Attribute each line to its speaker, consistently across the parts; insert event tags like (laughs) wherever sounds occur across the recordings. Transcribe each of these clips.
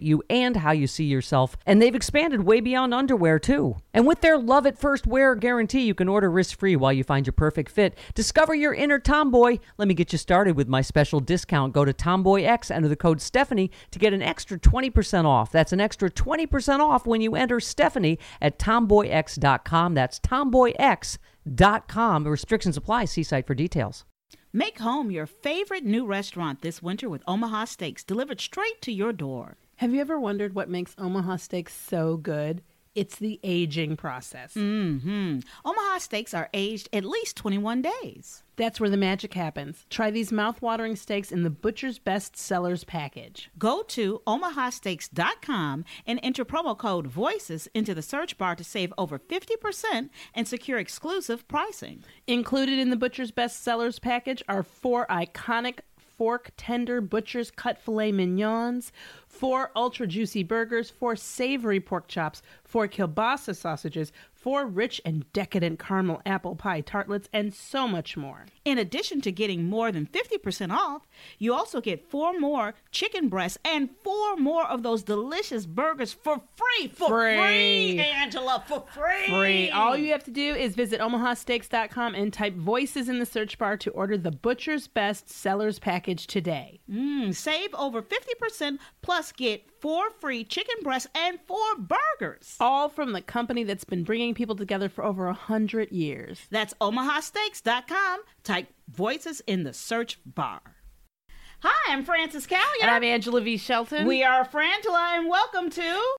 Speaker 1: you and how you see yourself. And they've expanded way beyond underwear, too. And with their love at first wear guarantee, you can order risk free while you find your perfect fit. Discover your inner tomboy. Let me get you started with my special discount. Go to Tomboy X, enter the code Stephanie to get an extra 20% off. That's an extra 20% off when you enter Stephanie at tomboyx.com. That's tomboyx.com. Restrictions apply. See site for details.
Speaker 2: Make home your favorite new restaurant this winter with Omaha Steaks delivered straight to your door.
Speaker 3: Have you ever wondered what makes Omaha steaks so good? It's the aging process.
Speaker 2: hmm Omaha Steaks are aged at least 21 days.
Speaker 3: That's where the magic happens. Try these mouth-watering steaks in the Butcher's Best Sellers package.
Speaker 2: Go to omahasteaks.com and enter promo code VOICES into the search bar to save over 50% and secure exclusive pricing.
Speaker 3: Included in the Butcher's Best Sellers package are four iconic fork tender butcher's cut filet mignons, four ultra juicy burgers, four savory pork chops, four kielbasa sausages, four rich and decadent caramel apple pie tartlets, and so much more.
Speaker 2: In addition to getting more than 50% off, you also get four more chicken breasts and four more of those delicious burgers for free. For free,
Speaker 3: Free.
Speaker 2: Angela, for free.
Speaker 3: free. All you have to do is visit omahasteaks.com and type voices in the search bar to order the Butcher's Best Sellers Package today.
Speaker 2: Mm, save over 50% plus get four free chicken breasts and four burgers.
Speaker 3: All from the company that's been bringing people together for over a 100 years.
Speaker 2: That's omahasteaks.com. Type voices in the search bar. Hi, I'm Frances Callier.
Speaker 3: And I'm Angela V. Shelton.
Speaker 2: we are Frangela, and welcome to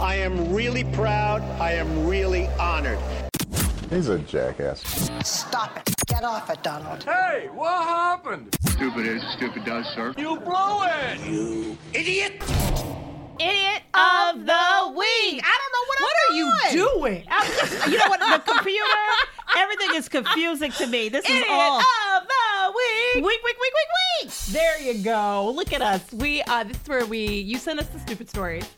Speaker 4: I am really proud. I am really honored.
Speaker 5: He's a jackass.
Speaker 6: Stop it. Get off it, Donald.
Speaker 7: Hey, what happened?
Speaker 8: Stupid is, stupid does, sir.
Speaker 7: You blew it!
Speaker 2: Idiot of the Week. I don't know what, I'm doing.
Speaker 3: What are you doing?
Speaker 2: I'm just, you know what? The computer, everything is confusing to me. This is
Speaker 3: Idiot
Speaker 2: all of the week. Week, week, week, week, week.
Speaker 3: There you go. Look at us. We uh, this is where we you send us the stupid stories,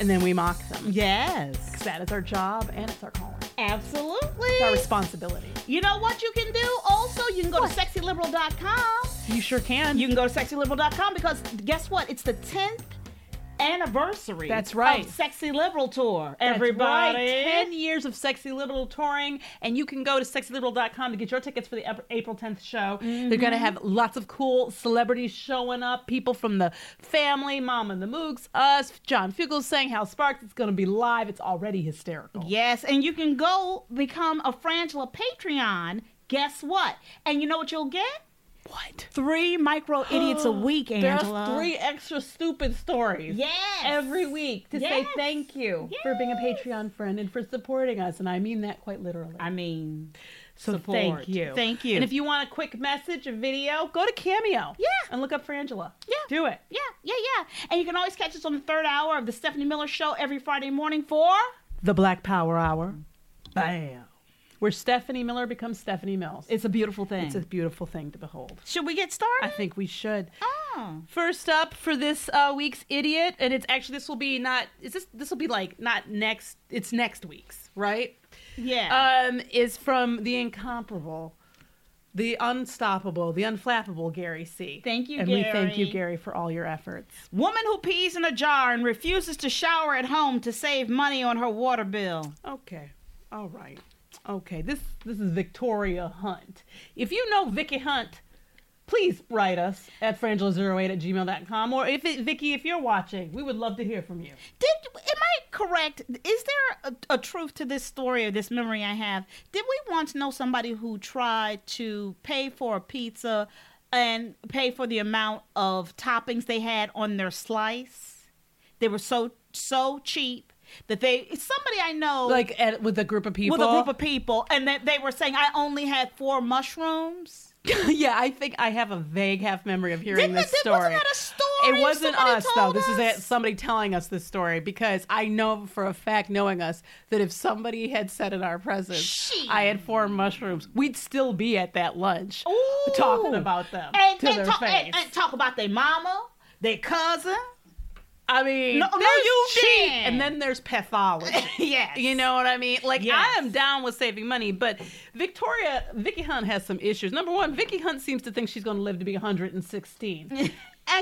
Speaker 3: and then we mock them.
Speaker 2: Yes,
Speaker 3: That is our job, and it's our calling.
Speaker 2: absolutely.
Speaker 3: It's our responsibility.
Speaker 2: You know what you can do? Also, you can go to sexyliberal.com.
Speaker 3: You sure can.
Speaker 2: You can go to sexyliberal.com because guess what? It's the 10th anniversary.
Speaker 3: That's right.
Speaker 2: Of Sexy Liberal Tour,
Speaker 3: That's
Speaker 2: everybody.
Speaker 3: right. 10 years of Sexy Liberal touring, and you can go to sexyliberal.com to get your tickets for the Ep- April 10th show. They're going to
Speaker 2: Mm-hmm.
Speaker 3: have lots of cool celebrities showing up people from the family, Mom and the Moogs, us, John Fugelsang, Hal Sparks. It's going to be live. It's already hysterical.
Speaker 2: Yes, and you can go become a Frangela Patreon. Guess what? And you know what you'll get?
Speaker 3: What?
Speaker 2: Three (gasps) micro idiots a week,
Speaker 3: There's
Speaker 2: Angela.
Speaker 3: three extra stupid stories.
Speaker 2: Yes.
Speaker 3: Every week to say
Speaker 2: Yes.
Speaker 3: thank you for being a Patreon friend and for supporting us. And I mean that quite literally.
Speaker 2: I mean,
Speaker 3: So
Speaker 2: support.
Speaker 3: thank you.
Speaker 2: Thank you.
Speaker 3: And if you want a quick message, a video, go to Cameo.
Speaker 2: Yeah.
Speaker 3: And look up for Angela.
Speaker 2: Yeah.
Speaker 3: Do it.
Speaker 2: yeah, yeah, yeah. And you can always catch us on the third hour of the Stephanie Miller Show every Friday morning for.
Speaker 3: The Black Power Hour. Bam. Where Stephanie Miller becomes Stephanie Mills.
Speaker 2: It's a beautiful thing.
Speaker 3: It's a beautiful thing to behold.
Speaker 2: Should we get started?
Speaker 3: I think we should.
Speaker 2: Oh.
Speaker 3: First up for this uh, week's idiot, and it's actually this will be not is this this will be like not next it's next week's right?
Speaker 2: Yeah.
Speaker 3: Um, is from the incomparable, the unstoppable, the unflappable Gary C.
Speaker 2: Thank you,
Speaker 3: and we thank you,
Speaker 2: Gary.
Speaker 3: Gary, for all your efforts.
Speaker 2: Woman who pees in a jar and refuses to shower at home to save money on her water bill.
Speaker 3: Okay. All right. Okay. This this is Victoria Hunt. If you know Vicky Hunt, please write us at frangela08 at gmail.com. Or if it, Vicky, if you're watching, we would love to hear from you.
Speaker 2: Did am I correct? Is there a, a truth to this story or this memory I have? Did we once know somebody who tried to pay for a pizza and pay for the amount of toppings they had on their slice? They were so so cheap that they somebody I know
Speaker 3: Like at, with a group of people.
Speaker 2: with a group of people and that they were saying I only had four mushrooms.
Speaker 3: (laughs) yeah, I think I have a vague half memory of hearing
Speaker 2: Didn't
Speaker 3: this
Speaker 2: it-
Speaker 3: story.
Speaker 2: wasn't that a story
Speaker 3: It wasn't
Speaker 2: somebody
Speaker 3: us though.
Speaker 2: told
Speaker 3: This is
Speaker 2: us?
Speaker 3: it, somebody telling us this story because I know for a fact, knowing us, that if somebody had said in our presence, "I had four mushrooms," we'd still be at that lunch talking
Speaker 2: Ooh.
Speaker 3: about them
Speaker 2: and,
Speaker 3: to
Speaker 2: and
Speaker 3: their
Speaker 2: talk,
Speaker 3: face.
Speaker 2: and- and talk about their mama, their cousin. (laughs)
Speaker 3: I mean,
Speaker 2: No- no,
Speaker 3: there's
Speaker 2: you
Speaker 3: cheap,
Speaker 2: didn't.
Speaker 3: and then there's pathology.
Speaker 2: Yes.
Speaker 3: You know what I mean? Like
Speaker 2: Yes.
Speaker 3: I am down with saving money, but Victoria Vicky Hunt has some issues. Number one, Vicky Hunt seems to think she's going to live to be
Speaker 2: (laughs)
Speaker 3: 116, and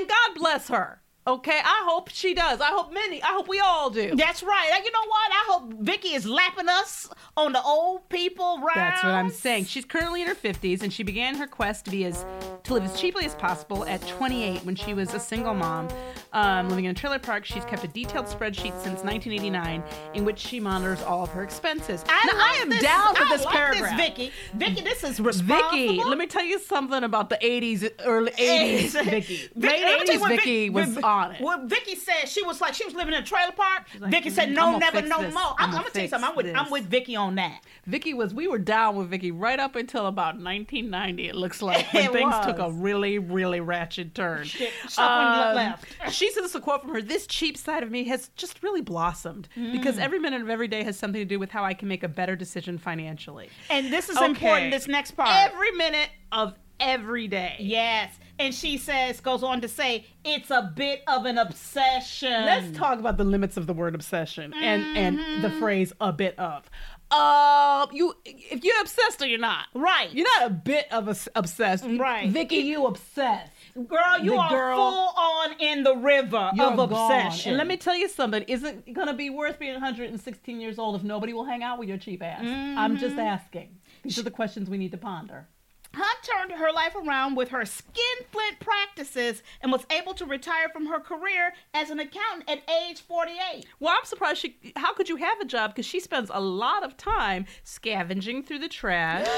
Speaker 3: God bless her. Okay, I hope she does. I hope many. I hope we all do.
Speaker 2: That's right. And You know what? I hope Vicky is lapping us on the old people rounds.
Speaker 3: That's what I'm saying. She's currently in her 50s, and she began her quest to be as to live as cheaply as possible at 28 when she was a single mom um, living in a trailer park. She's kept a detailed spreadsheet since 1989 in which she monitors all of her expenses.
Speaker 2: I,
Speaker 3: now,
Speaker 2: like
Speaker 3: I am
Speaker 2: this-
Speaker 3: down for
Speaker 2: I
Speaker 3: this
Speaker 2: like
Speaker 3: paragraph.
Speaker 2: This Vicky. Vicky, this is responsible.
Speaker 3: Vicky, let me tell you something about the 80s, (laughs)
Speaker 2: (laughs)
Speaker 3: early 80s. Vicky, late
Speaker 2: let me tell you
Speaker 3: 80s.
Speaker 2: what
Speaker 3: Vicky
Speaker 2: Vic-
Speaker 3: was
Speaker 2: Vic-
Speaker 3: on it.
Speaker 2: What Vicky said, she was like, she was living in a trailer park.
Speaker 3: like,
Speaker 2: Vicky said,
Speaker 3: "Mm,
Speaker 2: no,
Speaker 3: I'm gonna
Speaker 2: never,
Speaker 3: fix
Speaker 2: no
Speaker 3: this.
Speaker 2: more.
Speaker 3: I'm
Speaker 2: I'm,
Speaker 3: gonna
Speaker 2: gonna tell you
Speaker 3: fix
Speaker 2: something. I'm with,
Speaker 3: this.
Speaker 2: I'm with Vicky on that.
Speaker 3: Vicky was, we were down with Vicky right up until about 1990, it looks (laughs) like, when
Speaker 2: It
Speaker 3: things
Speaker 2: was.
Speaker 3: took a really, really ratchet turn. Um,
Speaker 2: stuff on the
Speaker 3: (laughs)
Speaker 2: left.
Speaker 3: she said this is a quote from her This cheap side of me has just really blossomed because every minute of every day has something to do with how I can make a better decision financially.
Speaker 2: And this is
Speaker 3: Okay.
Speaker 2: important, this next part.
Speaker 3: Every minute of every day.
Speaker 2: Yes. And she says, goes on to say, it's a bit of an obsession.
Speaker 3: Let's talk about the limits of the word obsession and and the
Speaker 2: Mm-hmm.
Speaker 3: phrase a bit of. Uh, you if you're obsessed or you're not,
Speaker 2: Right.
Speaker 3: You're not a bit of a, obsessed,
Speaker 2: Right.
Speaker 3: Vicky, you obsessed.
Speaker 2: Girl, you
Speaker 3: The
Speaker 2: are
Speaker 3: girl-
Speaker 2: full on in the river
Speaker 3: You're
Speaker 2: of obsession.
Speaker 3: And let me tell you something isn't gonna be worth being 116 years old if nobody will hang out with your cheap ass. I'm
Speaker 2: Mm-hmm.
Speaker 3: just asking. These are the questions we need to ponder.
Speaker 2: Hunt turned her life around with her skinflint practices and was able to retire from her career as an accountant at age 48.
Speaker 3: Well, I'm surprised she. How could you have a job? Because she spends a lot of time scavenging through the trash,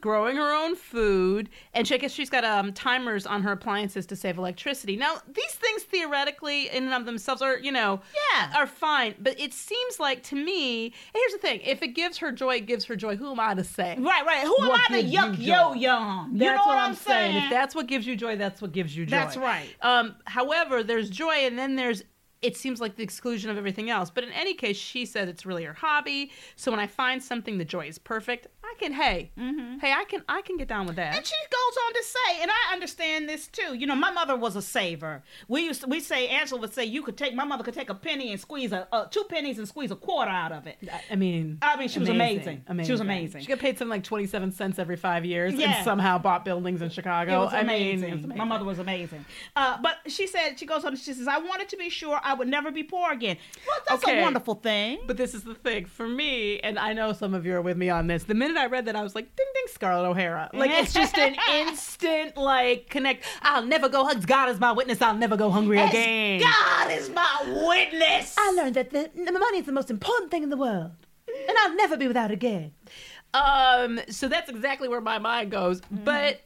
Speaker 3: growing her own food, and she, I guess she's got um, timers on her appliances to save electricity. Now, these things theoretically, in and of themselves, are you know,
Speaker 2: Yeah.
Speaker 3: are fine. But it seems like to me, and here's the thing: if it gives her joy, it gives her joy. Who am I to say?
Speaker 2: Right, right. Who am
Speaker 3: What
Speaker 2: I to
Speaker 3: gives you
Speaker 2: yuck
Speaker 3: joy?
Speaker 2: yo yo? on? You know
Speaker 3: That's
Speaker 2: what, I'm saying?
Speaker 3: If that's what gives you joy, that's what gives you joy.
Speaker 2: That's right.
Speaker 3: Um, however, there's joy, and then there's it seems like the exclusion of everything else. But in any case, she said it's really her hobby. So when I find something, the joy is perfect. I can hey, hey, I can I can get down with that.
Speaker 2: Mm-hmm. And she goes on to say, and I understand this too. You know, my mother was a saver. We used to, we say Angela would say you could take my mother could take a penny and squeeze a uh, two pennies and squeeze a quarter out of it.
Speaker 3: I mean,
Speaker 2: I mean, she was amazing. She was amazing.
Speaker 3: She got paid something like twenty-seven cents every five years,
Speaker 2: Yeah.
Speaker 3: and somehow bought buildings in Chicago.
Speaker 2: It was
Speaker 3: I
Speaker 2: amazing.
Speaker 3: mean, it was amazing.
Speaker 2: My mother was amazing. Uh, but she said, she goes on, she says, I wanted to be sure I would never be poor again. Well, that's
Speaker 3: Okay.
Speaker 2: a wonderful thing.
Speaker 3: But this is the thing for me, and I know some of you are with me on this. The minute I read that, I was like, "Ding ding, Scarlett O'Hara!" Like it's just (laughs) an instant like connect. I'll never go. hungry. God is my witness. I'll never go hungry
Speaker 2: As
Speaker 3: again.
Speaker 2: God is my witness.
Speaker 3: I learned that the, the money is the most important thing in the world, and I'll never be without again. Um, so that's exactly where my mind goes. But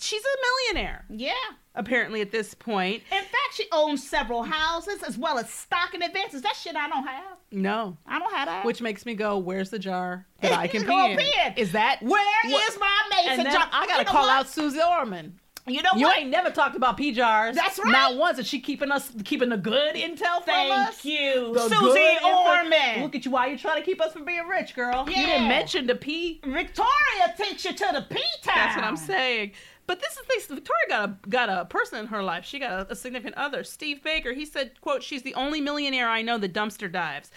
Speaker 3: she's a millionaire
Speaker 2: yeah.
Speaker 3: apparently at this point.
Speaker 2: In fact, she owns several houses as well as stock and advances. That shit I don't have.
Speaker 3: No,
Speaker 2: I don't have that.
Speaker 3: which makes me go, "Where's the jar that I can
Speaker 2: Go
Speaker 3: pee in? Is that
Speaker 2: where is
Speaker 3: what-
Speaker 2: my mason
Speaker 3: And then
Speaker 2: jar?
Speaker 3: I
Speaker 2: You
Speaker 3: gotta
Speaker 2: know
Speaker 3: call
Speaker 2: what?
Speaker 3: out Susie Orman.
Speaker 2: You know
Speaker 3: You
Speaker 2: what?
Speaker 3: ain't never talked about P jars.
Speaker 2: That's right.
Speaker 3: Not once. Is she keeping us keeping the good intel from
Speaker 2: Thank
Speaker 3: us?
Speaker 2: you,
Speaker 3: The
Speaker 2: Susie
Speaker 3: good info-
Speaker 2: Orman.
Speaker 3: Look at you. Why you trying to keep us from being rich, girl? You
Speaker 2: Yeah.
Speaker 3: didn't mention the P.
Speaker 2: Victoria takes you to the P town.
Speaker 3: That's what I'm saying. But this is the thing. Victoria got a got a person in her life. She got a, a significant other. Steve Baker. He said, "quote She's the only millionaire I know that dumpster dives."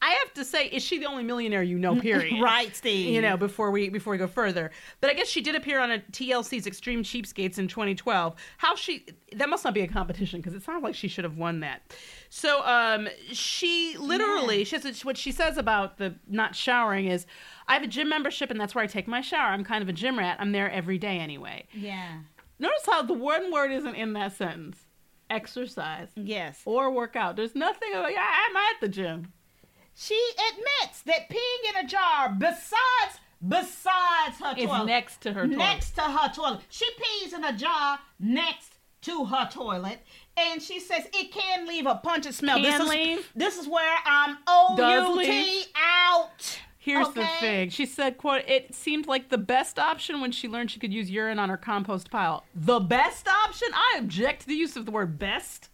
Speaker 3: I have to say, is she the only millionaire you
Speaker 2: (laughs)
Speaker 3: know? Period.
Speaker 2: Right, Steve.
Speaker 3: you know before we before we go further but i guess she did appear on a tlc's extreme cheapskates in 2012 how she that must not be a competition because it sounds like she should have won that so um she literally she has a, what she says about the not showering is i have a gym membership and that's where i take my shower i'm kind of a gym rat i'm there every day anyway
Speaker 2: Yeah.
Speaker 3: Notice how the one word isn't in that sentence. Exercise
Speaker 2: Yes.
Speaker 3: or workout. There's nothing about yeah, I'm at the gym.
Speaker 2: She admits that peeing in a jar besides besides her
Speaker 3: It's
Speaker 2: toilet.
Speaker 3: next to her toilet.
Speaker 2: Next to her toilet. She pees in a jar next to her toilet. And she says it can leave a pungent smell.
Speaker 3: Can
Speaker 2: this Is,
Speaker 3: leave.
Speaker 2: this is where I'm
Speaker 3: Does
Speaker 2: O-U-T
Speaker 3: leave.
Speaker 2: out.
Speaker 3: Here's the
Speaker 2: Okay.
Speaker 3: thing. She said, quote, it seemed like the best option when she learned she could use urine on her compost pile. The best option? I object to the use of the
Speaker 2: (laughs)
Speaker 3: word best.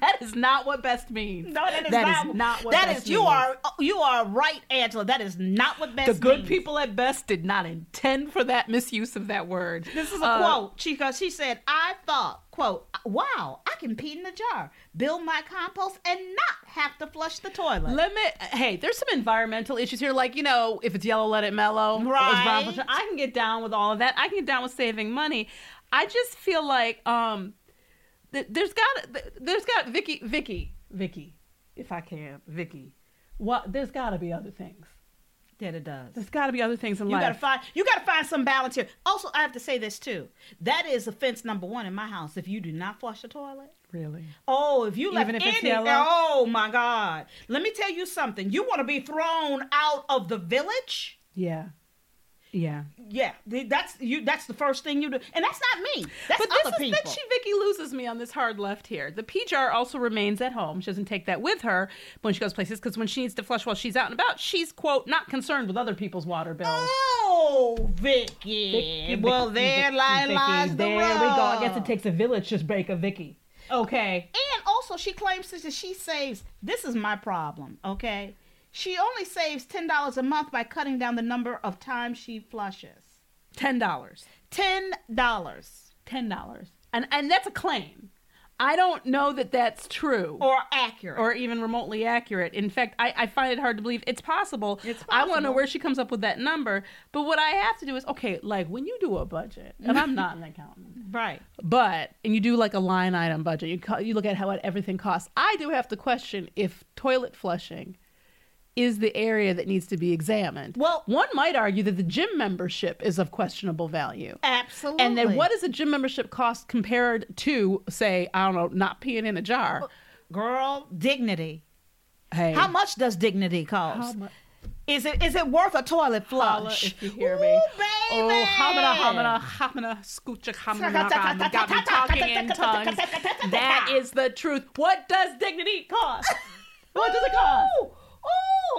Speaker 3: that is not what best means.
Speaker 2: No, that is
Speaker 3: That
Speaker 2: not,
Speaker 3: is not what
Speaker 2: that
Speaker 3: best
Speaker 2: is. You
Speaker 3: means.
Speaker 2: are you are right, Angela. That is not what best.
Speaker 3: The good
Speaker 2: means.
Speaker 3: people at best did not intend for that misuse of that word.
Speaker 2: This is a quote. She goes- Uh, she said, "I thought, quote, wow, I can pee in the jar, build my compost, and not have to flush the toilet."
Speaker 3: Let me. Hey, there's some environmental issues here. Like you know, if it's yellow, let it mellow. If it's brown,
Speaker 2: Right.
Speaker 3: I can get down with all of that. I can get down with saving money. I just feel like um, th- there's got th- there's got Vicky Vicky Vicky, if I can Vicky. What there's got to be other things.
Speaker 2: that it does.
Speaker 3: There's got to be other things in
Speaker 2: You
Speaker 3: life.
Speaker 2: gotta find you gotta find some balance here. Also, I have to say this too. That is offense number one in my house. If you do not flush the toilet,
Speaker 3: really.
Speaker 2: oh, if you left
Speaker 3: Even if
Speaker 2: any,
Speaker 3: it's yellow?
Speaker 2: oh my God! Let me tell you something. You want to be thrown out of the village?
Speaker 3: Yeah. Yeah.
Speaker 2: Yeah, th- that's you. That's the first thing you do, and that's not me. That's
Speaker 3: But
Speaker 2: other
Speaker 3: this is
Speaker 2: people.
Speaker 3: that she Vicky loses me on this hard left here. The pee jar also remains at home. She doesn't take that with her when she goes places because when she needs to flush while she's out and about, she's quote not concerned with other people's water bills.
Speaker 2: Oh, Vicky.
Speaker 3: Vicky,
Speaker 2: Eh, well,
Speaker 3: Vicky,
Speaker 2: there
Speaker 3: Vicky,
Speaker 2: li-
Speaker 3: Vicky,
Speaker 2: lies the
Speaker 3: There we go. I guess
Speaker 2: rub.
Speaker 3: it takes a village to break a Vicky. Okay.
Speaker 2: And also, she claims that she saves. This is my problem, okay? She only saves ten dollars a month by cutting down the number of times she flushes.
Speaker 3: Ten dollars.
Speaker 2: Ten dollars
Speaker 3: Ten dollars. And and that's a claim. I don't know that that's true.
Speaker 2: or accurate.
Speaker 3: or even remotely accurate. In fact, I, I find it hard to believe it's possible.
Speaker 2: It's
Speaker 3: I want to know
Speaker 2: possible.
Speaker 3: where she comes up with that number. But what I have to do is okay, like when you do a budget, and I'm not
Speaker 2: (laughs)
Speaker 3: an accountant,
Speaker 2: right.
Speaker 3: but and you do like a line item budget, you co- you look at how what everything costs. I do have to question if toilet flushing is the area that needs to be examined.
Speaker 2: Well-
Speaker 3: one might argue that the gym membership is of questionable value.
Speaker 2: Absolutely.
Speaker 3: And then what does a gym membership cost compared to say, I don't know, not peeing in a jar?
Speaker 2: girl dignity?
Speaker 3: Hey.
Speaker 2: How much does dignity cost? Is it is it worth a toilet
Speaker 3: Holla
Speaker 2: flush?
Speaker 3: if you hear
Speaker 2: Ooh,
Speaker 3: me.
Speaker 2: baby.
Speaker 3: Oh, hamina, hamina, hamina, scoocha, hamina, hamina. Got me talking in tongues. That is the truth. What does dignity cost? (laughs) What does it cost?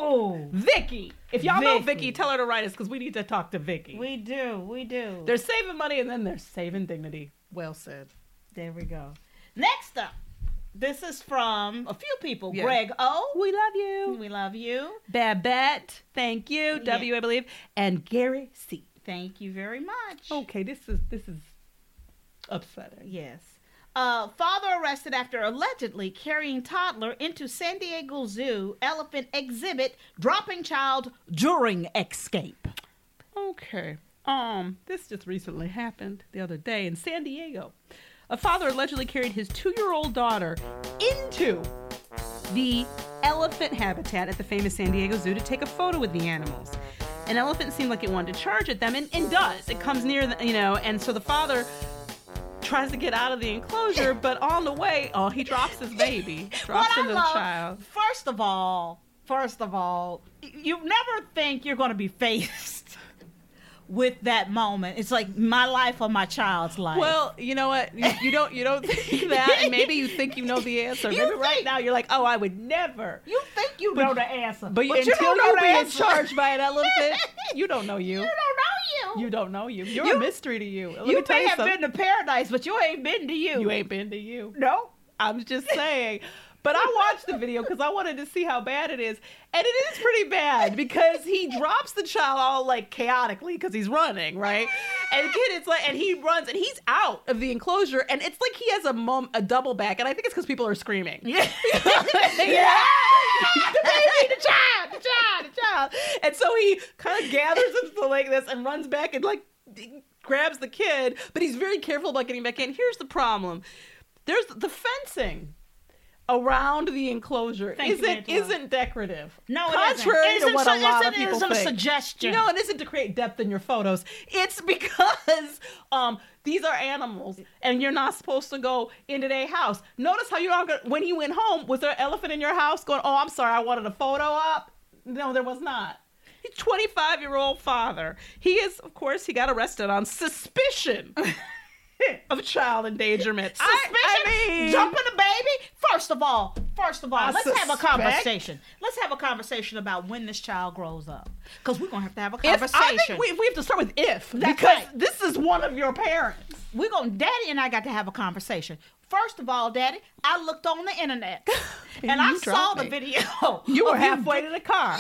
Speaker 2: Ooh.
Speaker 3: Vicky. If y'all know
Speaker 2: Vicky.
Speaker 3: Vicky, tell her to write us because we need to talk to Vicky.
Speaker 2: We do, we do.
Speaker 3: they're saving money and then they're saving dignity. Well said.
Speaker 2: There we go. Next up, this is from a few people.
Speaker 3: Yeah.
Speaker 2: Greg O.
Speaker 3: We love you.
Speaker 2: We love you.
Speaker 3: Babette, thank you. W, I believe. And Gary C.
Speaker 2: Thank you very much.
Speaker 3: Okay, this is this is upsetting.
Speaker 2: Yes. Uh, father arrested after allegedly carrying toddler into San Diego Zoo elephant exhibit, dropping child during escape.
Speaker 3: Okay. Um, this just recently happened the other day in San Diego. A father allegedly carried his two year old daughter into the elephant habitat at the famous San Diego Zoo to take a photo with the animals. An elephant seemed like it wanted to charge at them, and, and does. It comes near, the, you know, and so the father tries to get out of
Speaker 2: (laughs)
Speaker 3: the enclosure, but on the way, oh, he drops his baby, drops the
Speaker 2: what I
Speaker 3: little
Speaker 2: love,
Speaker 3: child.
Speaker 2: First of all, first of all, y- you never think you're going to be faced (laughs) with that moment. It's like my life or my child's life.
Speaker 3: Well, you know what? You, you don't you
Speaker 2: (laughs)
Speaker 3: don't think that, and maybe you think you know the answer.
Speaker 2: You
Speaker 3: maybe right
Speaker 2: think-
Speaker 3: now you're like, oh, I would never.
Speaker 2: you think you
Speaker 3: But-
Speaker 2: know the answer,
Speaker 3: But,
Speaker 2: you
Speaker 3: until
Speaker 2: don't
Speaker 3: you
Speaker 2: know the
Speaker 3: being
Speaker 2: answer.
Speaker 3: charged by
Speaker 2: (laughs)
Speaker 3: an elephant, you don't know you.
Speaker 2: You don't know you.
Speaker 3: You don't know you. You're
Speaker 2: You-
Speaker 3: a mystery to you. Let
Speaker 2: You
Speaker 3: me tell
Speaker 2: may
Speaker 3: you
Speaker 2: have
Speaker 3: something.
Speaker 2: been to paradise, but you ain't been to you.
Speaker 3: You ain't been to you.
Speaker 2: No.
Speaker 3: I'm just saying. But I watched the video because I wanted to see how bad it is. And it is pretty bad because he drops the child all like chaotically because he's running, right? And the kid is like, and he runs and he's out of the enclosure. And it's like he has a mom, a double back. And I think it's because people are screaming. Yeah.
Speaker 2: (laughs)
Speaker 3: yeah. the baby, the child, the child, the child. And so he kind of gathers himself like this and runs back and like grabs the kid, but he's very careful about getting back in. Here's the problem. There's the fencing. around the enclosure
Speaker 2: Thank you,
Speaker 3: isn't
Speaker 2: Angela.
Speaker 3: isn't decorative.
Speaker 2: No, it isn't.
Speaker 3: contrary
Speaker 2: Isn't
Speaker 3: to what
Speaker 2: so-
Speaker 3: a lot
Speaker 2: isn't-
Speaker 3: of people
Speaker 2: isn't a
Speaker 3: think.
Speaker 2: suggestion.
Speaker 3: No, it isn't to create depth in your photos. It's because um these are animals, and you're not supposed to go into their house. Notice how you're all going when you went home. Was there an elephant in your house? Going, oh, I'm sorry, I wanted a photo up. No, there was not. 25 year old father. He is, of course, he got arrested on (laughs) suspicion of child endangerment.
Speaker 2: Suspicion?
Speaker 3: I, I mean,
Speaker 2: Jumping a baby? First of all, first of all,
Speaker 3: I
Speaker 2: let's have a
Speaker 3: suspect-
Speaker 2: conversation. Let's have a conversation about when this child grows up. Because we're going to have to have a
Speaker 3: If-
Speaker 2: conversation.
Speaker 3: I think we, we have to start with if because
Speaker 2: right.
Speaker 3: this is one of your parents.
Speaker 2: we're going to daddy and i got to have a conversation first of all daddy i looked on the
Speaker 3: (laughs)
Speaker 2: internet and i
Speaker 3: You
Speaker 2: saw
Speaker 3: dropped
Speaker 2: the
Speaker 3: me.
Speaker 2: video
Speaker 3: (laughs)
Speaker 2: (laughs)
Speaker 3: You were
Speaker 2: of
Speaker 3: halfway to the (laughs) car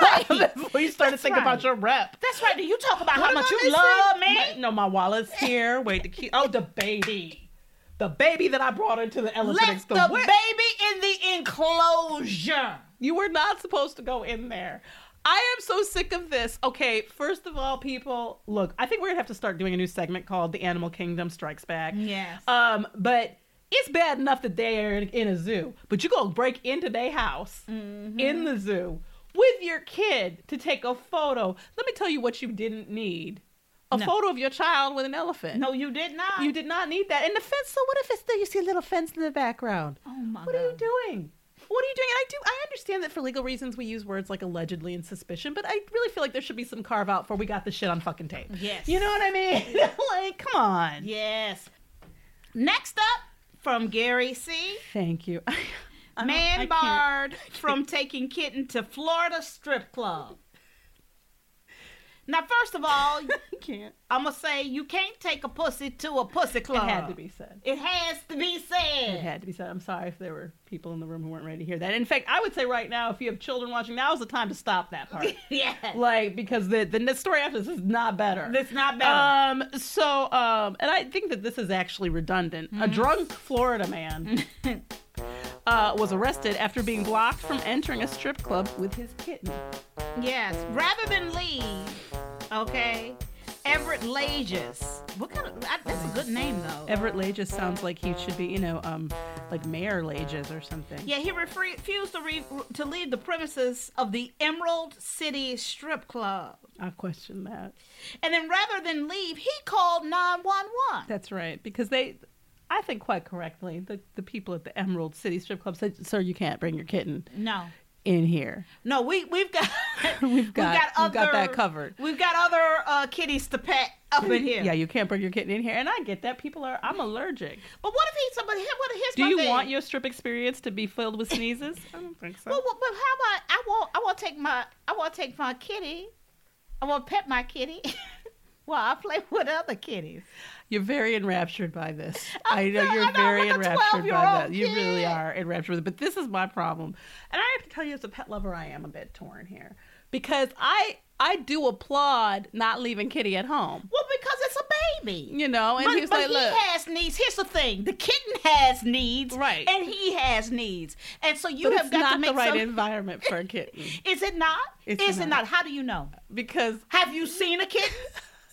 Speaker 2: that's right
Speaker 3: before you started
Speaker 2: That's right.
Speaker 3: thinking about your rep.
Speaker 2: that's right do you talk about how
Speaker 3: What am
Speaker 2: much
Speaker 3: I
Speaker 2: you
Speaker 3: missing?
Speaker 2: love me
Speaker 3: My- no, my wallet's here. Wait, the key. Oh, the baby, the baby that I brought into the elephant.
Speaker 2: let
Speaker 3: expo-
Speaker 2: the
Speaker 3: What-
Speaker 2: baby in the enclosure
Speaker 3: You were not supposed to go in there. I am so sick of this. Okay, first of all, people, look, I think we're gonna have to start doing a new segment called The Animal Kingdom Strikes Back.
Speaker 2: Yes.
Speaker 3: Um, but it's bad enough that they are in, in a zoo, but you gonna break into their house
Speaker 2: Mm-hmm.
Speaker 3: in the zoo with your kid to take a photo. Let me tell you what you didn't need. A
Speaker 2: No.
Speaker 3: photo of your child with an elephant.
Speaker 2: no you did not
Speaker 3: You did not need that. And the fence, so what if it's there? You see a little fence in the background.
Speaker 2: oh my
Speaker 3: What
Speaker 2: god
Speaker 3: are you doing? What are you doing? And I do. I understand that for legal reasons we use words like allegedly and suspicion, but I really feel like there should be some carve out for we got the shit on fucking tape.
Speaker 2: Yes.
Speaker 3: You know what I mean? (laughs) like, come on.
Speaker 2: yes next up from gary c
Speaker 3: Thank you. (laughs)
Speaker 2: man
Speaker 3: Uh-huh. can't. (laughs)
Speaker 2: barred from taking kitten to florida strip club now first of
Speaker 3: (laughs)
Speaker 2: all
Speaker 3: Can't.
Speaker 2: I'm gonna say you can't take a pussy to a pussy
Speaker 3: It
Speaker 2: club.
Speaker 3: had to be said.
Speaker 2: It has to be said.
Speaker 3: It had to be said. I'm sorry if there were people in the room who weren't ready to hear that. In fact, I would say right now, if you have children watching, now is the time to stop that part.
Speaker 2: (laughs) Yeah.
Speaker 3: like, because the, the story after this is not better.
Speaker 2: It's not bad.
Speaker 3: Um, so, um, and I think that this is actually redundant.
Speaker 2: Mm-hmm.
Speaker 3: A drunk
Speaker 2: (laughs)
Speaker 3: Florida man uh, was arrested after being blocked from entering a strip club with his kitten.
Speaker 2: yes. Rather than leave, okay. Everett Lages. What kind of? I, that's a good name though.
Speaker 3: Everett Lages sounds like he should be, you know, um, like Mayor Lages or something.
Speaker 2: yeah, he refre- refused to, re- to leave the premises of the Emerald City Strip Club.
Speaker 3: I question that.
Speaker 2: And then rather than leave, he called 911.
Speaker 3: That's right, because they, I think quite correctly, the, the people at the Emerald City Strip Club said, "Sir, you can't bring your kitten
Speaker 2: No.
Speaker 3: in here."
Speaker 2: No, we, we've got.
Speaker 3: (laughs) We've got,
Speaker 2: other,
Speaker 3: we've got that covered.
Speaker 2: We've got other uh, kitties to pet up in here.
Speaker 3: Yeah, you can't bring your kitten in here, and I get that. People are. I'm allergic.
Speaker 2: But what if he's somebody? here- What if here's
Speaker 3: Do
Speaker 2: my
Speaker 3: you
Speaker 2: thing.
Speaker 3: want your strip experience to be filled with sneezes? (laughs) Um, I don't think so.
Speaker 2: Well, well, but how about I want? I want to take my. I want to take my kitty. I want to pet my kitty. (laughs) Well, I play with other kitties.
Speaker 3: You're very enraptured by this. I know
Speaker 2: feel-
Speaker 3: you're
Speaker 2: I know,
Speaker 3: very
Speaker 2: I'm like a
Speaker 3: enraptured by
Speaker 2: 12-year-old
Speaker 3: that. You really
Speaker 2: kid.
Speaker 3: are enraptured with it. But this is my problem. And I have to tell you, as a pet lover, I am a bit torn here because I I do applaud not leaving Kitty at home.
Speaker 2: Well, because it's a baby.
Speaker 3: You know, and
Speaker 2: but
Speaker 3: he was
Speaker 2: but
Speaker 3: like,
Speaker 2: he
Speaker 3: look.
Speaker 2: has needs. Here's the thing: the kitten has needs,
Speaker 3: Right.
Speaker 2: And he has needs, and so you
Speaker 3: but
Speaker 2: have
Speaker 3: it's
Speaker 2: got
Speaker 3: not
Speaker 2: to make
Speaker 3: the right
Speaker 2: some-
Speaker 3: environment (laughs) for a kitten
Speaker 2: Is it not?
Speaker 3: It's
Speaker 2: Is it
Speaker 3: not.
Speaker 2: not? How do you know?
Speaker 3: because
Speaker 2: Have you seen a
Speaker 3: (laughs)
Speaker 2: kitten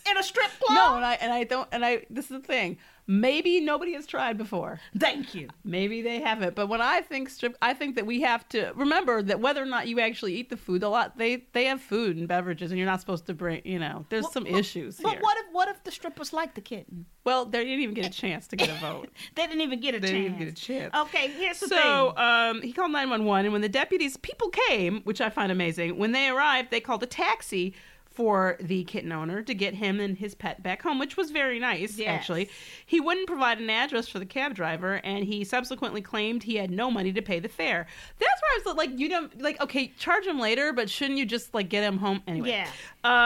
Speaker 2: in a strip club?
Speaker 3: no, and I and I don't and I. This is the thing. Maybe nobody has tried before.
Speaker 2: Thank you.
Speaker 3: Maybe they haven't, but when I think strip, I think that we have to remember that whether or not you actually eat the food, a lot they they have food and beverages, and you're not supposed to bring. You know, there's some issues
Speaker 2: But
Speaker 3: here.
Speaker 2: what if what if the strippers like the kitten?
Speaker 3: well, they didn't even get a chance to get a
Speaker 2: (laughs)
Speaker 3: vote.
Speaker 2: They didn't even get a
Speaker 3: They
Speaker 2: chance.
Speaker 3: didn't even get a chance.
Speaker 2: Okay, here's the thing.
Speaker 3: so um, he called 911, and when the deputies, people came, which I find amazing. When they arrived, they called a taxi for the kitten owner to get him and his pet back home, which was very nice,
Speaker 2: Yes.
Speaker 3: actually. He wouldn't provide an address for the cab driver, and he subsequently claimed he had no money to pay the fare. That's where I was like, you know, like, okay, charge him later, but shouldn't you just, like, get him home anyway?
Speaker 2: Yeah.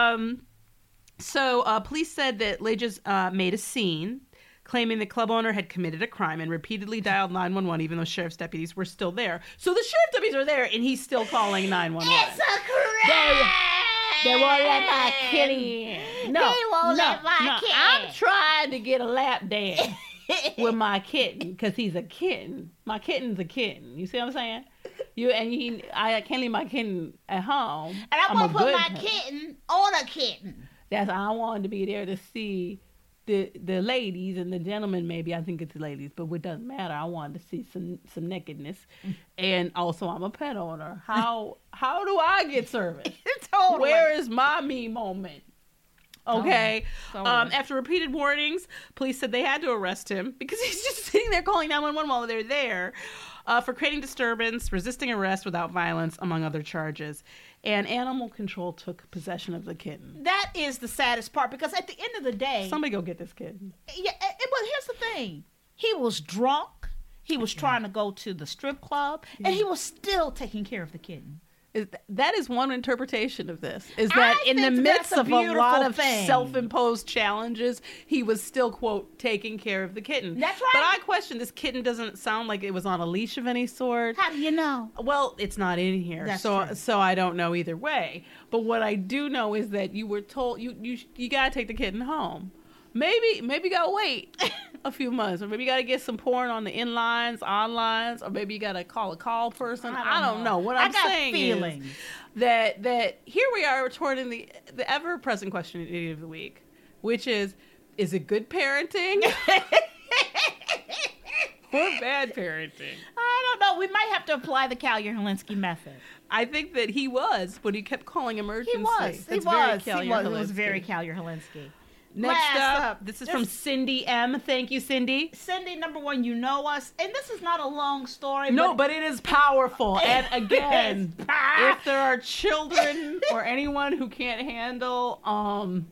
Speaker 3: Um, so uh, police said that Lages uh, made a scene, claiming the club owner had committed a crime and repeatedly dialed 911, even though sheriff's deputies were still there. So the sheriff deputies are there, and he's still calling 911.
Speaker 2: It's a crime. They, won't let my kitty in. No, they won't let my kitty.
Speaker 3: I'm trying to get a lap
Speaker 2: (laughs)
Speaker 3: dance with my kitten because he's a kitten. My kitten's a kitten. You see what I'm saying? You and he, I can't leave my kitten at home.
Speaker 2: and I'm,
Speaker 3: I'm a
Speaker 2: gonna put
Speaker 3: good
Speaker 2: my
Speaker 3: pet.
Speaker 2: kitten on a kitten.
Speaker 3: That's I wanted to be there to see the the ladies and the gentlemen maybe I think it's the ladies, but it doesn't matter. I wanted to see some some nakedness, and also I'm a pet owner. How how do I get service?
Speaker 2: Totally.
Speaker 3: (laughs) Where is my me moment? Okay.
Speaker 2: Totally.
Speaker 3: Um, after repeated warnings, police said they had to arrest him (laughs) because he's just sitting there calling 911 while they're there uh, for creating disturbance, resisting arrest without violence, among other charges. And animal control took possession of the kitten.
Speaker 2: That is the saddest part because at the end of the day,
Speaker 3: Somebody go get this kid.
Speaker 2: yeah, a- a- but here's the thing: he was drunk. He was trying to go to the strip club, and he was still taking care of the kitten.
Speaker 3: Is th- that is one interpretation of this is that
Speaker 2: I
Speaker 3: in the
Speaker 2: think
Speaker 3: midst
Speaker 2: that's a
Speaker 3: of a lot
Speaker 2: beautiful
Speaker 3: of
Speaker 2: thing.
Speaker 3: self-imposed challenges he was still quote taking care of the kitten
Speaker 2: That's right.
Speaker 3: but i question this kitten doesn't sound like it was on a leash of any sort
Speaker 2: How do you know?
Speaker 3: well it's not in here
Speaker 2: That's
Speaker 3: so
Speaker 2: true.
Speaker 3: so i don't know either way but what i do know is that you were told you you, you gotta take the kitten home maybe maybe you gotta wait
Speaker 2: (laughs)
Speaker 3: a few months or maybe you gotta get some porn on the inlines onlines or maybe you gotta call a call person i don't, know. what
Speaker 2: I
Speaker 3: i'm
Speaker 2: got
Speaker 3: saying is
Speaker 2: feelings.
Speaker 3: that that here we are retorting the the ever present question at the end of the week which is is it
Speaker 2: (laughs)
Speaker 3: good parenting or bad parenting
Speaker 2: I don't know. We might have to apply the Cal Yerlinsky method.
Speaker 3: I think that he was, but he kept calling emergency.
Speaker 2: He was. He
Speaker 3: That's very
Speaker 2: was. He
Speaker 3: Kellyanne
Speaker 2: was. It was
Speaker 3: Helensky.
Speaker 2: very Cal Yerlinsky.
Speaker 3: Next
Speaker 2: Last
Speaker 3: up,
Speaker 2: up,
Speaker 3: this is
Speaker 2: this-
Speaker 3: from Cindy M. Thank you, Cindy.
Speaker 2: Cindy, number one, you know us, and this is not a long story.
Speaker 3: No, but (laughs) it is powerful.
Speaker 2: (laughs)
Speaker 3: And again, if there (laughs) are children or anyone who can't handle um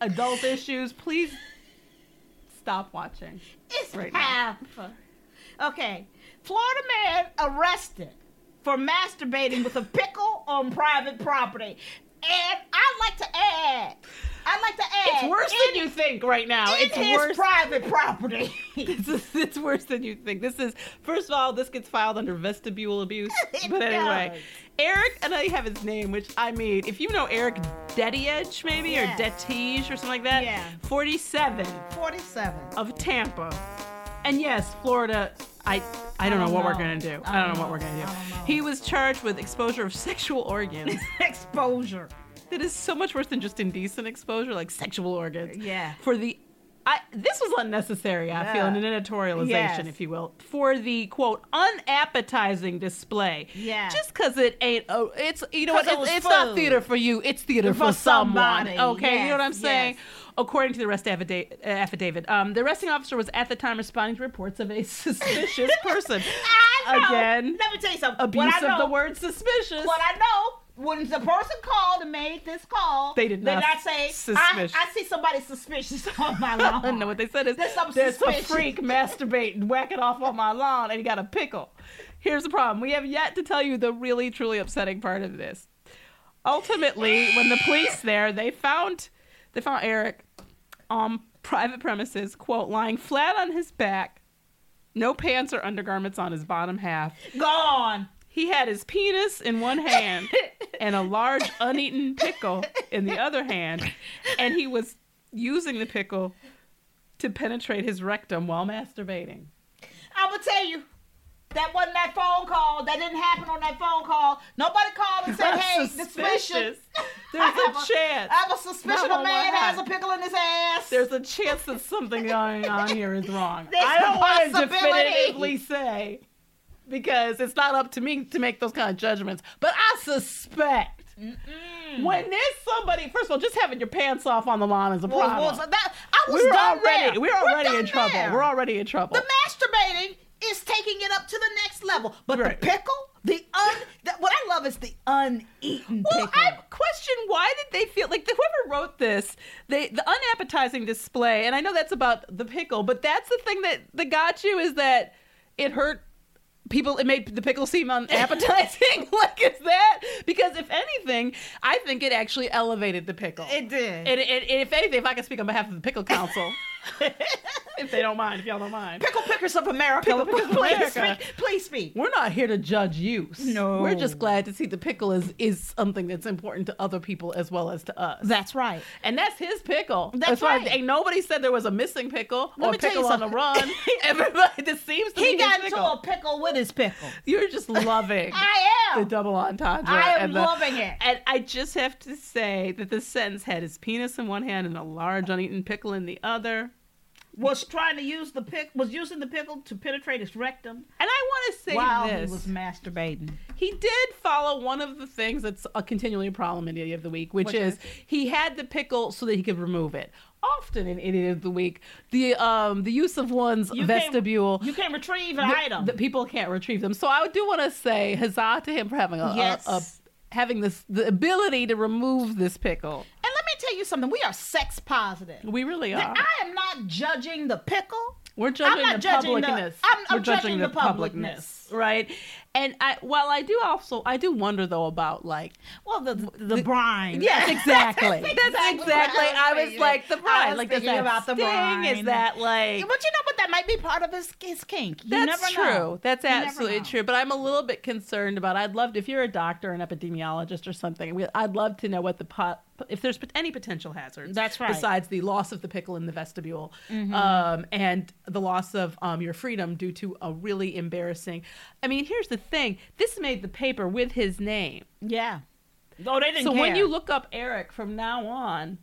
Speaker 3: adult issues, please stop watching.
Speaker 2: It's
Speaker 3: Right now.
Speaker 2: half. Okay. Florida man arrested for masturbating with a pickle on private property. And I'd like to add, I'd like to add,
Speaker 3: It's worse
Speaker 2: in,
Speaker 3: than you think right now.
Speaker 2: in
Speaker 3: It's
Speaker 2: his
Speaker 3: worse
Speaker 2: private property. (laughs)
Speaker 3: This is it's worse than you think. This is first of all, this gets filed under vestibule abuse.
Speaker 2: It
Speaker 3: But anyway,
Speaker 2: does.
Speaker 3: Eric and I have his name, which I mean, if you know Eric Detiege maybe
Speaker 2: Yeah.
Speaker 3: or Detige or something like that,
Speaker 2: Yeah.
Speaker 3: 47
Speaker 2: 47.
Speaker 3: of Tampa. And yes, Florida. I I don't know what we're gonna do. I don't know what we're gonna do. He was charged with exposure of sexual organs.
Speaker 2: Exposure.
Speaker 3: that is so much worse than just indecent exposure, like sexual organs.
Speaker 2: Uh, Yeah. Uh,
Speaker 3: For the, I this was unnecessary. I feel in an editorialization,
Speaker 2: Yes.
Speaker 3: if you will, for the quote unappetizing display.
Speaker 2: Yeah.
Speaker 3: Just because it ain't, oh, it's you know what,
Speaker 2: 'Cause it was
Speaker 3: it's, it's not
Speaker 2: food.
Speaker 3: theater for you. It's theater for,
Speaker 2: For
Speaker 3: someone.
Speaker 2: somebody.
Speaker 3: Okay, you know what I'm
Speaker 2: Yes,
Speaker 3: saying.
Speaker 2: yes.
Speaker 3: According to the arrest affida- uh, affidavit, um, the arresting officer was at the time responding to reports of a (laughs) suspicious person.
Speaker 2: I know.
Speaker 3: Again,
Speaker 2: Let me tell you something. What
Speaker 3: abuse
Speaker 2: I
Speaker 3: of
Speaker 2: know-
Speaker 3: the word suspicious.
Speaker 2: What I know, when the person called and made this call,
Speaker 3: They did not
Speaker 2: say, I,
Speaker 3: suspicious.
Speaker 2: I see somebody suspicious (laughs) on
Speaker 3: (laughs)
Speaker 2: my lawn.
Speaker 3: And then what they said is
Speaker 2: There's something
Speaker 3: there's some
Speaker 2: suspicious."
Speaker 3: freak masturbating, whacking off on my lawn, and he got a pickle. Here's the problem: we have yet to tell you the really, truly upsetting part of this. Ultimately, when the police there, they found they found Eric on private premises, quote, lying flat on his back, no pants or undergarments on his bottom half.
Speaker 2: Gone.
Speaker 3: He had his penis in one
Speaker 2: (laughs)
Speaker 3: hand and a large uneaten pickle in the other hand, and he was using the pickle to penetrate his rectum while masturbating.
Speaker 2: I'm gonna tell you, that wasn't that phone call. That didn't happen on that phone call. Nobody called
Speaker 3: (laughs)
Speaker 2: and said, "Hey, suspicious." (laughs)
Speaker 3: There's
Speaker 2: I have
Speaker 3: a chance.
Speaker 2: I have a suspicion
Speaker 3: Mama,
Speaker 2: a man has
Speaker 3: what
Speaker 2: a
Speaker 3: happened?
Speaker 2: pickle in his ass.
Speaker 3: There's a chance that something going on here is wrong.
Speaker 2: There's
Speaker 3: I don't
Speaker 2: a
Speaker 3: want to
Speaker 2: possibility.
Speaker 3: definitively say because it's not up to me to make those kind of judgments, but I suspect. When there's somebody, first of all, just having your pants off on the lawn is a
Speaker 2: Well,
Speaker 3: problem.
Speaker 2: well, so that- I was
Speaker 3: we're
Speaker 2: done
Speaker 3: already
Speaker 2: there.
Speaker 3: we're already in
Speaker 2: done
Speaker 3: trouble.
Speaker 2: there.
Speaker 3: We're already in trouble.
Speaker 2: the masturbating is taking it up to the next level, but
Speaker 3: Right.
Speaker 2: the pickle, the un, the, what I love is the uneaten
Speaker 3: well,
Speaker 2: pickle.
Speaker 3: I question why did they feel like whoever wrote this, they the unappetizing display, and I know that's about the pickle, but that's the thing that that got you is that it hurt people. It made the pickle seem unappetizing. (laughs) like is that because if anything, I think it actually elevated the pickle.
Speaker 2: it did. (laughs)
Speaker 3: And, and, and if anything, if I can speak on behalf of the pickle council, if they don't mind, if y'all don't mind.
Speaker 2: Pickle pickers of America.
Speaker 3: Pickle Pickers of
Speaker 2: please,
Speaker 3: America.
Speaker 2: Speak, please speak.
Speaker 3: We're not here to judge you.
Speaker 2: No.
Speaker 3: We're just glad to see the pickle is, is something that's important to other people as well as to us.
Speaker 2: That's right.
Speaker 3: and that's his pickle.
Speaker 2: That's
Speaker 3: As far as-
Speaker 2: right.
Speaker 3: Ain't nobody said there was a missing pickle
Speaker 2: Let
Speaker 3: or
Speaker 2: me tell you
Speaker 3: pickle on the
Speaker 2: something.
Speaker 3: run.
Speaker 2: (laughs)
Speaker 3: Everybody, this seems to be
Speaker 2: He
Speaker 3: his
Speaker 2: got into
Speaker 3: pickle.
Speaker 2: a pickle with his pickle. (laughs)
Speaker 3: You're just loving.
Speaker 2: I am.
Speaker 3: the double entendre.
Speaker 2: I am
Speaker 3: and the-
Speaker 2: loving it.
Speaker 3: And I just have to say that the sentence had his penis in one hand and a large uneaten pickle in the other.
Speaker 2: Was trying to use the pick. Was using the pickle to penetrate his rectum
Speaker 3: And I want to say
Speaker 2: while
Speaker 3: this.
Speaker 2: he was masturbating.
Speaker 3: He did follow one of the things that's a continually a problem in Idiot of the Week, which, is, he had the pickle so that he could remove it. Often in Idiot of the Week, the um the use of one's
Speaker 2: You can't-
Speaker 3: vestibule.
Speaker 2: you can retrieve an item.
Speaker 3: that people can't retrieve them. So I do want to say huzzah to him for having a, a-
Speaker 2: Yes.
Speaker 3: a, having this the ability to remove this pickle.
Speaker 2: and let me tell you something. We are sex positive.
Speaker 3: We really are.
Speaker 2: I am not judging the pickle.
Speaker 3: We're judging
Speaker 2: I'm not
Speaker 3: the
Speaker 2: judging the-
Speaker 3: publicness.
Speaker 2: I'm- I'm
Speaker 3: We're judging,
Speaker 2: judging
Speaker 3: the,
Speaker 2: the
Speaker 3: publicness,
Speaker 2: publicness.
Speaker 3: right? And I, while I do also, I do wonder though about like
Speaker 2: Well, the the,
Speaker 3: (laughs)
Speaker 2: brine.
Speaker 3: Yes, exactly. That's
Speaker 2: That's
Speaker 3: exactly.
Speaker 2: (laughs) exactly what I
Speaker 3: I
Speaker 2: was
Speaker 3: was
Speaker 2: thinking.
Speaker 3: like the
Speaker 2: I
Speaker 3: bride.
Speaker 2: was
Speaker 3: like does
Speaker 2: thinking
Speaker 3: that
Speaker 2: about the
Speaker 3: sting?
Speaker 2: brine.
Speaker 3: Is that
Speaker 2: But you
Speaker 3: like?
Speaker 2: know what? That might be part of his, his kink. You
Speaker 3: That's
Speaker 2: never know.
Speaker 3: true. That's
Speaker 2: You never
Speaker 3: absolutely
Speaker 2: know.
Speaker 3: true. But I'm a little bit concerned about. I'd love to, if you're a doctor, an epidemiologist, or something. we- I'd love to know what the pot, if there's pot- any potential hazards.
Speaker 2: That's right. Mm-hmm.
Speaker 3: Besides the loss of the pickle in the vestibule, um, and the loss of um, your freedom due to a really embarrassing. I mean, here's the thing. This made the paper with his name.
Speaker 2: Yeah. Oh, they didn't
Speaker 3: So when
Speaker 2: care.
Speaker 3: you look up Eric from now on,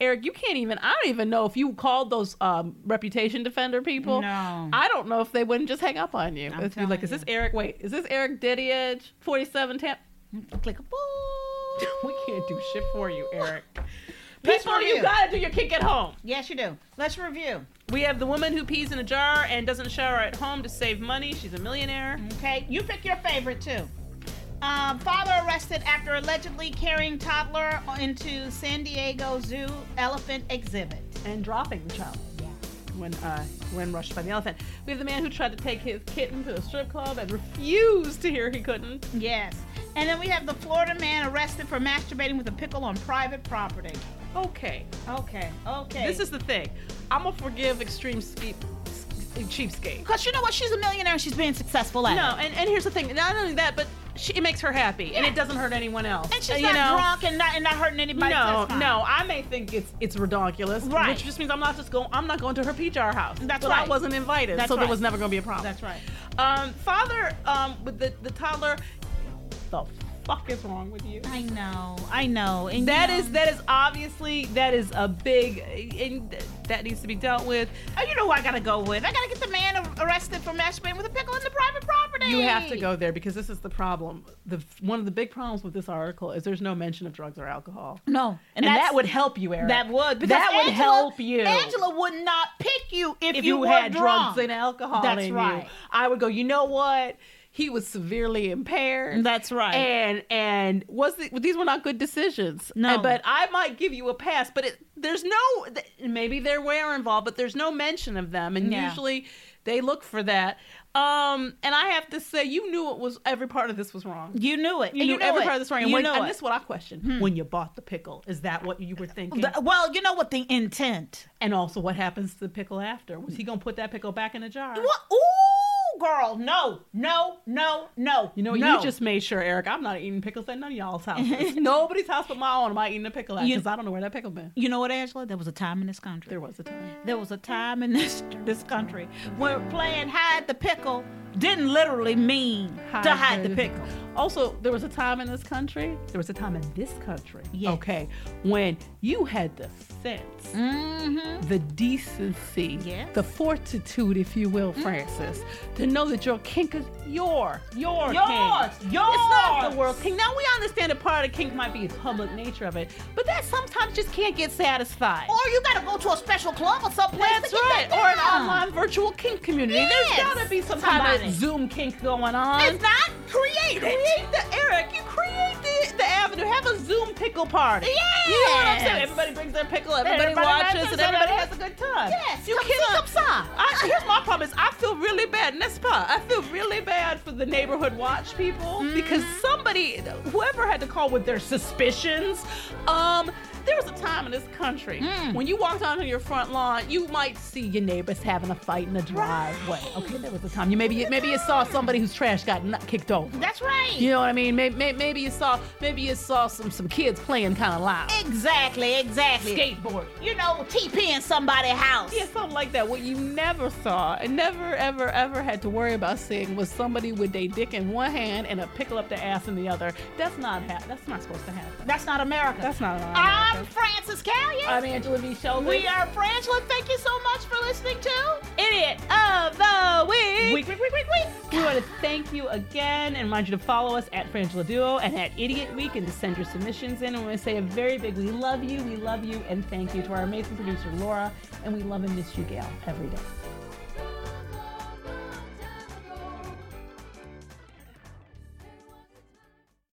Speaker 3: Eric, you can't even. I don't even know if you called those um, reputation defender people.
Speaker 2: No.
Speaker 3: I don't know if they wouldn't just hang up on you.
Speaker 2: I'm
Speaker 3: If you're like,
Speaker 2: telling
Speaker 3: is this
Speaker 2: you.
Speaker 3: Eric? Wait, is this Eric Didiage? Forty-seven tap.
Speaker 2: click a boo.
Speaker 3: (laughs) We can't do shit for you,
Speaker 2: (laughs)
Speaker 3: Eric.
Speaker 2: Let's
Speaker 3: People, you
Speaker 2: review.
Speaker 3: gotta do your kick at home.
Speaker 2: Yes, you do. Let's review.
Speaker 3: We have the woman who pees in a jar and doesn't shower at home to save money. She's a millionaire.
Speaker 2: Okay, you pick your favorite too. Um, father arrested after allegedly carrying toddler into San Diego Zoo elephant exhibit.
Speaker 3: and dropping the child. When uh, when rushed by the elephant, we have the man who tried to take his kitten to the strip club and refused to hear he couldn't.
Speaker 2: Yes. And then we have the Florida man arrested for masturbating with a pickle on private property.
Speaker 3: Okay,
Speaker 2: Okay, okay.
Speaker 3: this is the thing. I'm gonna forgive extreme ske- ske- cheapskate.
Speaker 2: because you know what? She's a millionaire and she's being successful at
Speaker 3: No,
Speaker 2: it.
Speaker 3: and, and here's the thing. Not only that, but she, it makes her happy, and it doesn't hurt anyone else.
Speaker 2: And she's
Speaker 3: Uh, you
Speaker 2: not
Speaker 3: know?
Speaker 2: drunk and not and not hurting anybody. so
Speaker 3: No,
Speaker 2: it's fine.
Speaker 3: no, I may think it's it's redonkulous,
Speaker 2: Right.
Speaker 3: which just means I'm not just going. I'm not going to her PJR house.
Speaker 2: That's
Speaker 3: but I
Speaker 2: right.
Speaker 3: wasn't invited,
Speaker 2: That's
Speaker 3: so there
Speaker 2: right.
Speaker 3: was never going to be a problem.
Speaker 2: That's right.
Speaker 3: Um, father, um, with the the toddler, the fuck is wrong with you?
Speaker 2: I know, I know. And
Speaker 3: That
Speaker 2: you know-
Speaker 3: is that is obviously that is a big and that needs to be dealt with.
Speaker 2: Oh, you know who I gotta go with? I gotta get the man ar- arrested for masturbating with a pickle in the private property.
Speaker 3: You have to go there because this is the problem. The one of the big problems with this article is there's no mention of drugs or alcohol.
Speaker 2: No,
Speaker 3: And, that would help you, Eric.
Speaker 2: That would. because
Speaker 3: that would
Speaker 2: Angela-
Speaker 3: help you.
Speaker 2: Angela would not pick you if,
Speaker 3: if you,
Speaker 2: were
Speaker 3: had
Speaker 2: drunk.
Speaker 3: drugs and alcohol
Speaker 2: That's
Speaker 3: in you,
Speaker 2: right.
Speaker 3: I would go, you know what? He was severely impaired.
Speaker 2: That's right.
Speaker 3: And and was the, these were not good decisions.
Speaker 2: No.
Speaker 3: And- but I might give you a pass. But it, there's no th- maybe they were involved, but there's no mention of them. And
Speaker 2: Yeah.
Speaker 3: usually they look for that. Um, and I have to say, you knew it was every part of this was wrong.
Speaker 2: You knew it.
Speaker 3: You Hmm. knew every
Speaker 2: it.
Speaker 3: part of this wrong. And,
Speaker 2: You
Speaker 3: when,
Speaker 2: know
Speaker 3: and
Speaker 2: it.
Speaker 3: this is what I question: when you bought the pickle, is that what you were thinking?
Speaker 2: The- well, you know what the intent.
Speaker 3: and also, what happens to the pickle after? Was he gonna put that pickle back in the jar?
Speaker 2: What? Ooh, girl, no, no, no, no.
Speaker 3: You know, what?
Speaker 2: no.
Speaker 3: you just made sure, Eric. I'm not eating pickles at none of
Speaker 2: (laughs)
Speaker 3: y'all's houses. Nobody's house but my own. Am I eating a pickle at?
Speaker 2: You-
Speaker 3: Because I don't know where that pickle been.
Speaker 2: You know what, Angela? There was a time in this country.
Speaker 3: There was a time.
Speaker 2: There was a time in this this country when playing hide the pickle didn't literally mean to hide the pickle.
Speaker 3: Also, there was a time in this country. There was a time in this country.
Speaker 2: Yes.
Speaker 3: Okay, when you had the sense, the decency,
Speaker 2: Mm-hmm. Yes. Mm-hmm.
Speaker 3: the fortitude, if you will, Francis, to know that your kink is your,
Speaker 2: Yours,
Speaker 3: your, kink. It's not
Speaker 2: yours.
Speaker 3: the world's kink. Now we understand a part of kink might be the public nature of it, but that sometimes just can't get satisfied.
Speaker 2: Or you gotta go to a special club or someplace.
Speaker 3: That's
Speaker 2: to get
Speaker 3: right.
Speaker 2: That
Speaker 3: Or an
Speaker 2: down.
Speaker 3: online virtual kink community. There's
Speaker 2: Yes.
Speaker 3: gotta be some kind
Speaker 2: Somebody.
Speaker 3: of Zoom kink going on.
Speaker 2: It's not created.
Speaker 3: create the Eric. You create the, the avenue. Have a Zoom pickle party. You know what I'm saying?
Speaker 2: Yes.
Speaker 3: Everybody brings their pickle. Everybody,
Speaker 2: Everybody
Speaker 3: watches,
Speaker 2: watches
Speaker 3: and
Speaker 2: and
Speaker 3: everybody has a
Speaker 2: everybody-
Speaker 3: good time.
Speaker 2: Yes,
Speaker 3: You
Speaker 2: come
Speaker 3: can't.
Speaker 2: some- some side.
Speaker 3: I, here's my problem: is I feel really bad, and that's part. I feel really bad for the neighborhood watch
Speaker 2: Mm-hmm.
Speaker 3: people because somebody, whoever had to call with their suspicions, um, There was a time in this country
Speaker 2: Mm.
Speaker 3: when you walked onto your front lawn, you might see your neighbors having a fight in the driveway. Okay, there was a time. You maybe maybe you saw somebody whose trash got kn- kicked over.
Speaker 2: That's right.
Speaker 3: You know what I mean? Maybe, maybe you saw maybe you saw some some kids playing kind of loud.
Speaker 2: Exactly, exactly.
Speaker 3: Skateboard.
Speaker 2: You know, TP in somebody's house.
Speaker 3: Yeah, something like that. What you never saw and never, ever, ever had to worry about seeing was somebody with a dick in one hand and a pickle up their ass in the other. That's not ha- that's not supposed to happen.
Speaker 2: That's not America.
Speaker 3: That's not America.
Speaker 2: I'm Francis Callion.
Speaker 3: I'm Angela V. Sheldon.
Speaker 2: Ah. we are Franchland. Thank you so much for listening to Idiot of the Week.
Speaker 3: Week, week, week, week, week. We want to thank you again and remind you to follow us at Frangela Duo and at Idiot Week and to send your submissions in. And we want to say a very big we love you, we love you, and thank you to our amazing producer, Laura, and we love and miss you, Gail, every day.